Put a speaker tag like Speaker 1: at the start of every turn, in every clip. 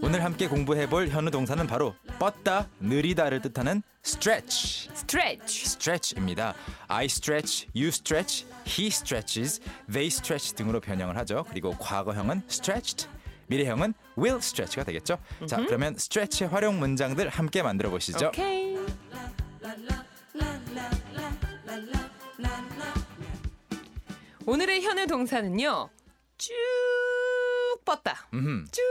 Speaker 1: 오늘 함께 공부해볼 현우 동사는 바로 뻗다, 느리다를 뜻하는 stretch,
Speaker 2: stretch.
Speaker 1: stretch입니다. I stretch, you stretch, he stretches, they stretch 등으로 변형을 하죠. 그리고 과거형은 stretched, 미래형은 will stretch가 되겠죠. 자, 그러면 stretch의 활용 문장들 함께 만들어 보시죠.
Speaker 2: 오케이. 오늘의 현우 동사는요. 쭉 뻗다.
Speaker 1: 음흠. 네.
Speaker 2: 쭉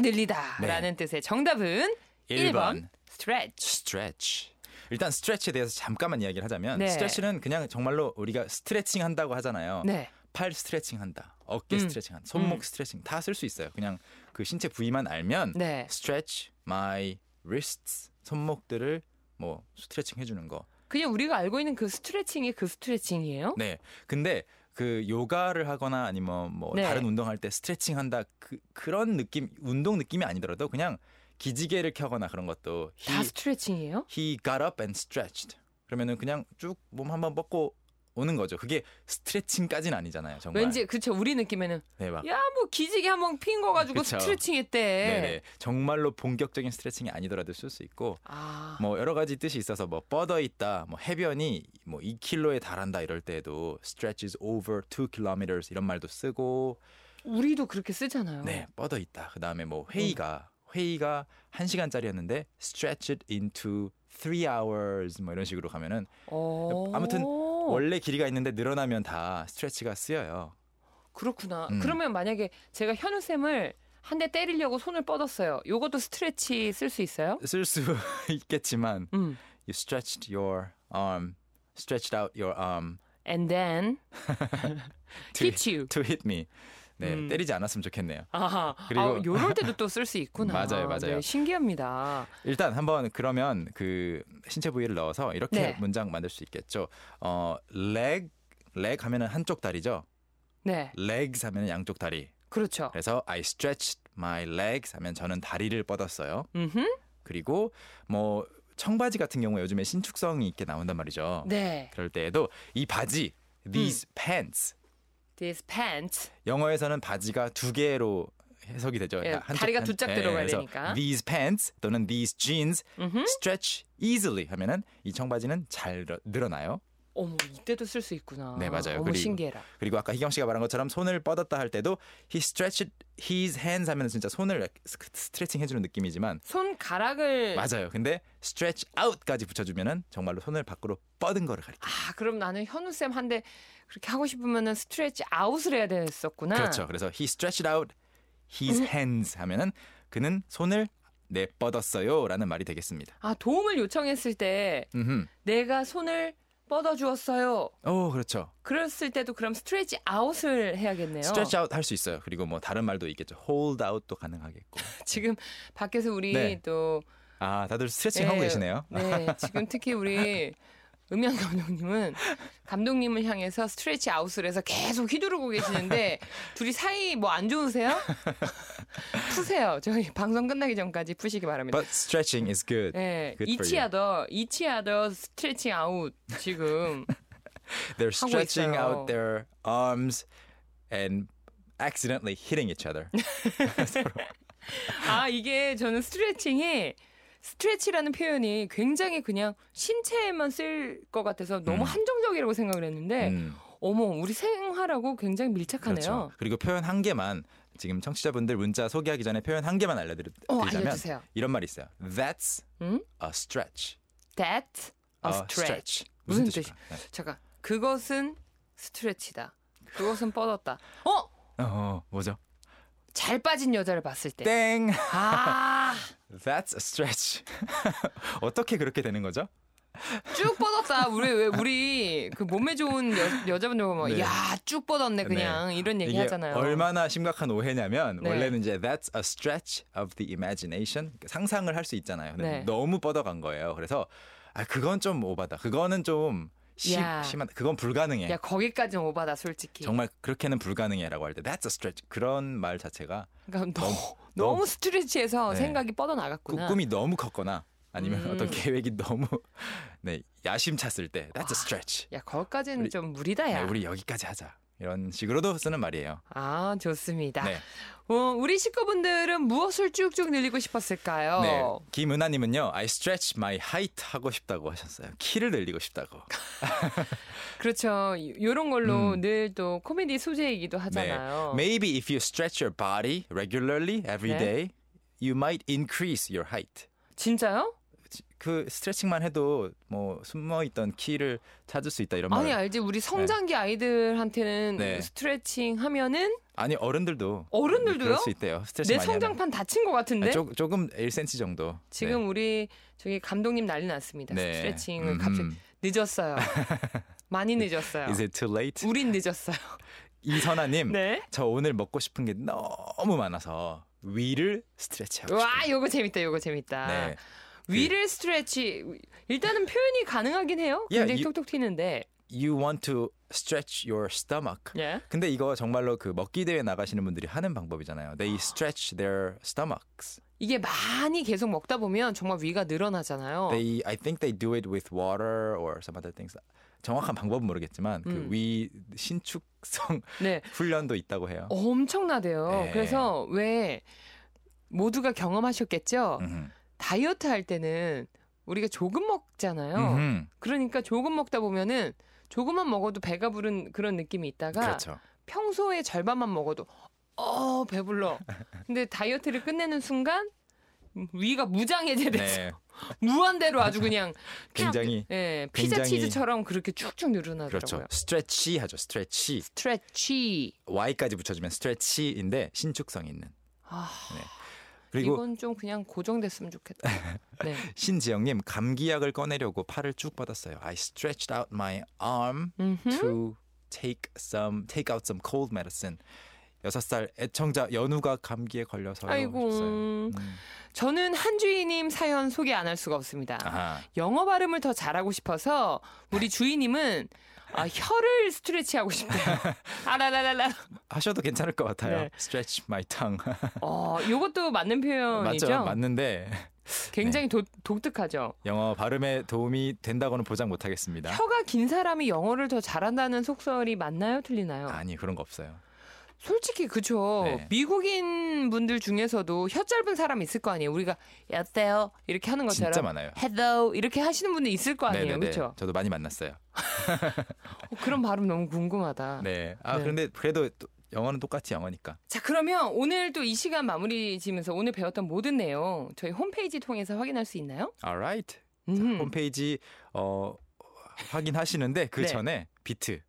Speaker 2: 늘리다라는 뜻의 정답은
Speaker 1: 일
Speaker 2: 1번,
Speaker 1: 번.
Speaker 2: stretch.
Speaker 1: 스트레치. 일단 스트레치에 대해서 잠깐만 이야기를 하자면
Speaker 2: 네.
Speaker 1: 스트레치는 그냥 정말로 우리가 스트레칭 한다고 하잖아요.
Speaker 2: 네.
Speaker 1: 팔 스트레칭 한다. 어깨
Speaker 2: 음.
Speaker 1: 스트레칭 한다. 손목
Speaker 2: 음.
Speaker 1: 스트레칭 다 쓸 수 있어요. 그냥 그 신체 부위만 알면
Speaker 2: 네.
Speaker 1: stretch my wrists 손목들을 뭐 스트레칭 해 주는 거.
Speaker 2: 그냥 우리가 알고 있는 그 스트레칭이 그 스트레칭이에요?
Speaker 1: 네. 근데 그 요가를 하거나 아니면 뭐
Speaker 2: 네.
Speaker 1: 다른 운동할 때 스트레칭 한다 그 그런 느낌 운동 느낌이 아니더라도 그냥 기지개를 켜거나 그런 것도
Speaker 2: 다
Speaker 1: 히-
Speaker 2: 스트레칭이에요?
Speaker 1: He got up and stretched. 그러면은 그냥 쭉 몸 한번 뻗고 오는 거죠. 그게 스트레칭까지는 아니잖아요. 정말.
Speaker 2: 왠지 그쵸 우리 느낌에는
Speaker 1: 네, 막.
Speaker 2: 야 뭐 기지개 한 번 핀 거 가지고
Speaker 1: 그쵸.
Speaker 2: 스트레칭했대.
Speaker 1: 네네. 정말로 본격적인 스트레칭이 아니더라도 쓸 수 있고
Speaker 2: 아
Speaker 1: 뭐 여러 가지 뜻이 있어서 뭐 뻗어 있다, 뭐 해변이 뭐 2km에 달한다 이럴 때에도 stretches over 2km 이런 말도 쓰고
Speaker 2: 우리도 그렇게 쓰잖아요.
Speaker 1: 네, 뻗어 있다. 그다음에 뭐 회의가 회의가 1시간짜리였는데 stretch it into 3 hours 뭐 이런 식으로 가면은
Speaker 2: 어.
Speaker 1: 아무튼 원래 길이가 있는데 늘어나면 다 스트레치가 쓰여요.
Speaker 2: 그렇구나.
Speaker 1: 음.
Speaker 2: 그러면 만약에 제가 현우 쌤을 한 대 때리려고 손을 뻗었어요. 요것도 스트레치 쓸 수 있어요?
Speaker 1: 쓸 수 있겠지만
Speaker 2: 음.
Speaker 1: you stretched your arm, stretched out your arm
Speaker 2: And then
Speaker 1: to
Speaker 2: hit you.
Speaker 1: to hit me. 네,
Speaker 2: 음.
Speaker 1: 때리지 않았으면 좋겠네요.
Speaker 2: 아하.
Speaker 1: 그리고-
Speaker 2: 아, 요럴 때도 또 쓸 수 있구나.
Speaker 1: 맞아요, 맞아요.
Speaker 2: 네, 신기합니다.
Speaker 1: 일단 한번 그러면 그 신체 부위를 넣어서 이렇게
Speaker 2: 네.
Speaker 1: 문장 만들 수 있겠죠. 어, leg leg 하면은 한쪽 다리죠.
Speaker 2: 네,
Speaker 1: legs 하면은 양쪽 다리.
Speaker 2: 그렇죠.
Speaker 1: 그래서 I stretched my legs 하면 저는 다리를 뻗었어요.
Speaker 2: 음흠.
Speaker 1: 그리고 뭐 청바지 같은 경우에 요즘에 신축성이 있게 나온단 말이죠.
Speaker 2: 네. 음.
Speaker 1: 그럴 때에도 이 바지 these pants
Speaker 2: These pants.
Speaker 1: 영어에서는 바지가 두 개로 해석이 되죠.
Speaker 2: 예, 다리가
Speaker 1: 한-
Speaker 2: 두짝
Speaker 1: 예,
Speaker 2: 들어가야
Speaker 1: 그래서
Speaker 2: 되니까.
Speaker 1: These pants 또는 these jeans
Speaker 2: 음흠.
Speaker 1: stretch easily 하면은 이 청바지는 잘 늘어- 늘어나요.
Speaker 2: 어머, 이때도 쓸 수 있구나.
Speaker 1: 네, 맞아요.
Speaker 2: 어머,
Speaker 1: 그리고-
Speaker 2: 신기해라.
Speaker 1: 그리고 아까 희경 씨가 말한 것처럼 손을 뻗었다 할 때도 he stretched his hands 하면은 진짜 손을 스- 스트레칭 해주는 느낌이지만
Speaker 2: 손가락을
Speaker 1: 맞아요. 근데 stretch out까지 붙여주면은 정말로 손을 밖으로 뻗은 거를 가리켜.
Speaker 2: 아, 그럼 나는 현우 쌤 한 대 그렇게 하고 싶으면은 스트레치 아웃을 해야 됐었구나.
Speaker 1: 그렇죠. 그래서 he stretched out his hands 하면은 그는 손을 내뻗었어요라는 말이 되겠습니다.
Speaker 2: 아, 도움을 요청했을 때
Speaker 1: 음.
Speaker 2: 내가 손을 뻗어 주었어요.
Speaker 1: 오, 그렇죠.
Speaker 2: 그랬을 때도 그럼 스트레치 아웃을 해야겠네요.
Speaker 1: 스트레치 아웃 할 수 있어요. 그리고 뭐 다른 말도 있겠죠. hold out도 가능하겠고.
Speaker 2: 지금 밖에서 우리
Speaker 1: 네.
Speaker 2: 또
Speaker 1: 아, 다들 스트레칭 하고
Speaker 2: 예,
Speaker 1: 계시네요.
Speaker 2: 네, 지금 특히 우리 음향 감독님은 감독님을 향해서 스트레치 아웃을 해서 계속 휘두르고 계시는데 둘이 사이 뭐 안 좋으세요? 푸세요. 저희 방송 끝나기 전까지 푸시기 바랍니다.
Speaker 1: But stretching is good.
Speaker 2: 네,
Speaker 1: Good for
Speaker 2: 이치하더 이치하더 스트레칭 아웃 지금
Speaker 1: They're
Speaker 2: 하고
Speaker 1: stretching
Speaker 2: 있어요.
Speaker 1: out their arms and accidentally hitting each other.
Speaker 2: 아 이게 저는 스트레칭이 스트레치라는 표현이 굉장히 그냥 신체에만 쓸 것 같아서 너무
Speaker 1: 음.
Speaker 2: 한정적이라고 생각을 했는데
Speaker 1: 음,
Speaker 2: 어머 우리 생활하고 굉장히 밀착하네요.
Speaker 1: 그렇죠. 그리고 표현 한 개만 지금 청취자분들 문자 소개하기 전에 표현 한 개만
Speaker 2: 어
Speaker 1: 알려드리자면
Speaker 2: 알려주세요.
Speaker 1: 이런 말이 있어요. That's
Speaker 2: 음?
Speaker 1: a stretch. 어,
Speaker 2: That
Speaker 1: 아,
Speaker 2: a stretch. 무슨
Speaker 1: 무슨
Speaker 2: 뜻이-
Speaker 1: 뜻일까? 네.
Speaker 2: 잠깐 그것은 스트레치다. 그것은 뻗었다. 어?
Speaker 1: 어, 어, 뭐죠?
Speaker 2: 잘 빠진 여자를 봤을 때.
Speaker 1: 땡.
Speaker 2: 아,
Speaker 1: That's a stretch. 어떻게 그렇게 되는 거죠?
Speaker 2: 쭉 뻗었다. 우리 왜 우리 그 몸에 좋은 여, 자분들 보면
Speaker 1: 네.
Speaker 2: 야, 쭉 뻗었네 그냥 이런 얘기
Speaker 1: 이게
Speaker 2: 하잖아요.
Speaker 1: 얼마나 심각한 오해냐면
Speaker 2: 네.
Speaker 1: 원래는 이제 that's a stretch of the imagination 그러니까 상상을 할 수 있잖아요. 근데
Speaker 2: 네.
Speaker 1: 너무 뻗어간 거예요. 그래서 아 그건 좀 오바다. 그거는 좀 심,
Speaker 2: 야.
Speaker 1: 심한. 그건 불가능해.
Speaker 2: 야, 거기까지는 오바다 솔직히.
Speaker 1: 정말 그렇게는 불가능해라고 할 때 that's a stretch 그런 말 자체가
Speaker 2: 그러니까 너무,
Speaker 1: 너무-
Speaker 2: 너무 스트레치해서
Speaker 1: 네.
Speaker 2: 생각이
Speaker 1: 꾸-
Speaker 2: 뻗어나갔구나.
Speaker 1: 꿈이 너무 컸거나 아니면
Speaker 2: 음.
Speaker 1: 어떤 계획이 너무 네 야심 찼을 때 that's a stretch.
Speaker 2: 야, 거기까지는
Speaker 1: 우리-
Speaker 2: 좀 무리다, 야.
Speaker 1: 네, 우리 여기까지 하자 이런 식으로도 쓰는 말이에요.
Speaker 2: 아, 좋습니다.
Speaker 1: 네,
Speaker 2: 어, 우리 식구분들은 무엇을 쭉쭉 늘리고 싶었을까요?
Speaker 1: 네. 김은아님은요, I stretch my height 하고 싶다고 하셨어요. 키를 늘리고 싶다고.
Speaker 2: 그렇죠. 이런 걸로
Speaker 1: 음. 네.
Speaker 2: 늘 또 코미디 소재이기도 하잖아요.
Speaker 1: Maybe if you stretch your body regularly every
Speaker 2: 어. 네.
Speaker 1: day, you might increase your height.
Speaker 2: 진짜요?
Speaker 1: 그 스트레칭만 해도 뭐 숨어 있던 키를 찾을 수 있다 이런 말.
Speaker 2: 아니 알지 우리 성장기 아이들한테는
Speaker 1: 네.
Speaker 2: 스트레칭 하면은
Speaker 1: 아니 어른들도
Speaker 2: 어른들도요?
Speaker 1: 그럴 수 있대요. 스트레칭
Speaker 2: 내
Speaker 1: 많이 하면.
Speaker 2: 성장판 다친 것 같은데
Speaker 1: 아, 조, 조금 1cm 정도.
Speaker 2: 지금 우리 저기 감독님 난리 났습니다.
Speaker 1: 네.
Speaker 2: 스트레칭을
Speaker 1: 음.
Speaker 2: 갑자기 늦었어요. 많이 늦었어요.
Speaker 1: Is it too late?
Speaker 2: 우린 늦었어요.
Speaker 1: 이선아님,
Speaker 2: 네.
Speaker 1: 저 오늘 먹고 싶은 게 너무 많아서 위를 스트레치하고 싶어요.
Speaker 2: 와 요거 재밌다. 요거 재밌다.
Speaker 1: 네.
Speaker 2: 위를 스트레치 일단은 표현이 가능하긴 해요.
Speaker 1: 예,
Speaker 2: 굉장히
Speaker 1: 이-
Speaker 2: 톡톡 튀는데.
Speaker 1: You want to stretch your stomach.
Speaker 2: 예.
Speaker 1: 근데 이거 정말로 그 먹기 대회 나가시는 분들이 하는 방법이잖아요. They stretch their stomachs.
Speaker 2: 이게 많이 계속 먹다 보면 정말 위가 늘어나잖아요.
Speaker 1: They, I think they do it with water or some other things. 정확한 방법은 모르겠지만
Speaker 2: 음.
Speaker 1: 그 위 신축성
Speaker 2: 네.
Speaker 1: 훈련도 있다고 해요.
Speaker 2: 엄청나대요.
Speaker 1: 네.
Speaker 2: 그래서 왜 모두가 경험하셨겠죠?
Speaker 1: 음흠.
Speaker 2: 다이어트 할 때는 우리가 조금 먹잖아요.
Speaker 1: 음흠.
Speaker 2: 그러니까 조금 먹다 보면은 조금만 먹어도 배가 부른 그런 느낌이 있다가
Speaker 1: 그렇죠.
Speaker 2: 평소에 절반만 먹어도 어 배불러. 근데 다이어트를 끝내는 순간 위가 무장해제돼서
Speaker 1: 네,
Speaker 2: 무한대로 아주 그냥
Speaker 1: 굉장히
Speaker 2: 예 피자
Speaker 1: 굉장히-
Speaker 2: 치즈처럼 그렇게 쭉쭉
Speaker 1: 그렇죠.
Speaker 2: 늘어나더라고요.
Speaker 1: 스트레치 하죠. 스트레치.
Speaker 2: 스트레치.
Speaker 1: Y까지 붙여주면 스트레치인데 신축성 있는.
Speaker 2: 아,
Speaker 1: 네. 그리고
Speaker 2: 이건 좀 그냥 고정됐으면 좋겠다. 네.
Speaker 1: 신지영님 감기약을 꺼내려고 팔을 쭉 뻗었어요. I stretched out my arm
Speaker 2: 음흠.
Speaker 1: to take some take out some cold medicine. 여섯 살 애청자 연우가 감기에 걸려서 음.
Speaker 2: 아이고. 음. 저는 한주희님 사연 소개 안 할 수가 없습니다.
Speaker 1: 아,
Speaker 2: 영어 발음을 더 잘하고 싶어서 우리 주인님은 아, 혀를 스트레치하고 싶대요. 아라라라라.
Speaker 1: 하셔도 괜찮을 것 같아요.
Speaker 2: 네.
Speaker 1: Stretch my tongue.
Speaker 2: 어, 요것도 맞는 표현이죠.
Speaker 1: 맞죠? 네. 맞는데
Speaker 2: 굉장히 독- 독특하죠.
Speaker 1: 영어 발음에 도움이 된다고는 보장 못하겠습니다.
Speaker 2: 혀가 긴 사람이 영어를 더 잘한다는 속설이 맞나요? 틀리나요?
Speaker 1: 아니 그런 거 없어요.
Speaker 2: 솔직히 그죠.
Speaker 1: 네.
Speaker 2: 미국인 분들 중에서도 혀 짧은 사람 있을 거 아니에요. 우리가 여태요 이렇게 하는 것처럼
Speaker 1: 진짜 많아요.
Speaker 2: hello 이렇게 하시는 분들 있을 거 아니에요. 그렇죠?
Speaker 1: 저도 많이 만났어요.
Speaker 2: 어, 그런 발음 너무 궁금하다.
Speaker 1: 네. 아
Speaker 2: 네.
Speaker 1: 그런데 그래도 또 영어는 똑같이 영어니까.
Speaker 2: 자, 그러면 오늘 또 이 시간 마무리 지면서 오늘 배웠던 모든 내용 저희 홈페이지 통해서 확인할 수 있나요?
Speaker 1: Alright. 자,
Speaker 2: 음.
Speaker 1: 홈페이지 어 확인하시는데 그
Speaker 2: 네.
Speaker 1: 전에 비트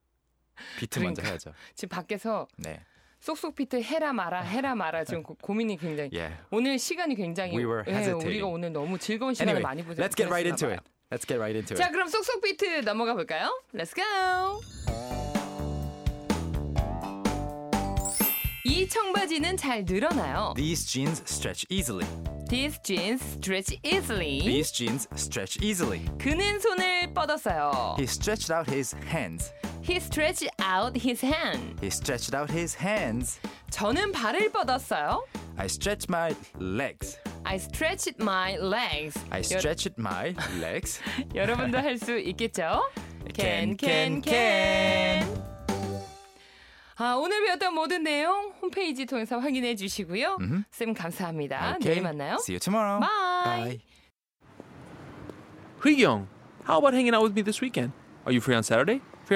Speaker 1: 비트 먼저
Speaker 2: 그러니까.
Speaker 1: 해야죠.
Speaker 2: 지금 밖에서
Speaker 1: 네.
Speaker 2: 쏙쏙 비트 해라 마라 해라 마라 지금 고, 고민이 굉장히
Speaker 1: 예.
Speaker 2: 오늘 시간이 굉장히
Speaker 1: We were
Speaker 2: 예,
Speaker 1: hesitating.
Speaker 2: 우리가 오늘 너무 즐거운 시간을
Speaker 1: Anyway,
Speaker 2: 많이 보자.
Speaker 1: let's get right into
Speaker 2: 보냈나
Speaker 1: it. Let's get right into
Speaker 2: 봐요. 자,
Speaker 1: it.
Speaker 2: 그럼 쏙쏙 비트 넘어가 볼까요? Let's go. 이 청바지는 잘 늘어나요.
Speaker 1: These jeans stretch easily.
Speaker 2: Hmm? These jeans stretch easily.
Speaker 1: These jeans stretch easily.
Speaker 2: 그는 손을 뻗었어요.
Speaker 1: He stretched out his hands.
Speaker 2: He stretched out his hand.
Speaker 1: He stretched out his hands.
Speaker 2: 저는 발을 뻗었어요.
Speaker 1: I stretched my legs.
Speaker 2: I stretched my legs.
Speaker 1: I stretched my legs.
Speaker 2: 여, 여러분도 할 수 있겠죠?
Speaker 1: Can, can,
Speaker 2: can. 아, 오늘 배웠던 모든 내용 홈페이지 통해서 확인해 주시고요. 쌤 감사합니다.
Speaker 1: Okay,
Speaker 2: 내일 만나요.
Speaker 1: See you tomorrow.
Speaker 2: Bye.
Speaker 1: Bye.
Speaker 3: Young, how about hanging out with me this weekend? Are you free on Saturday? Free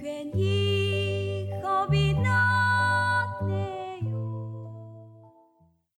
Speaker 4: 괜히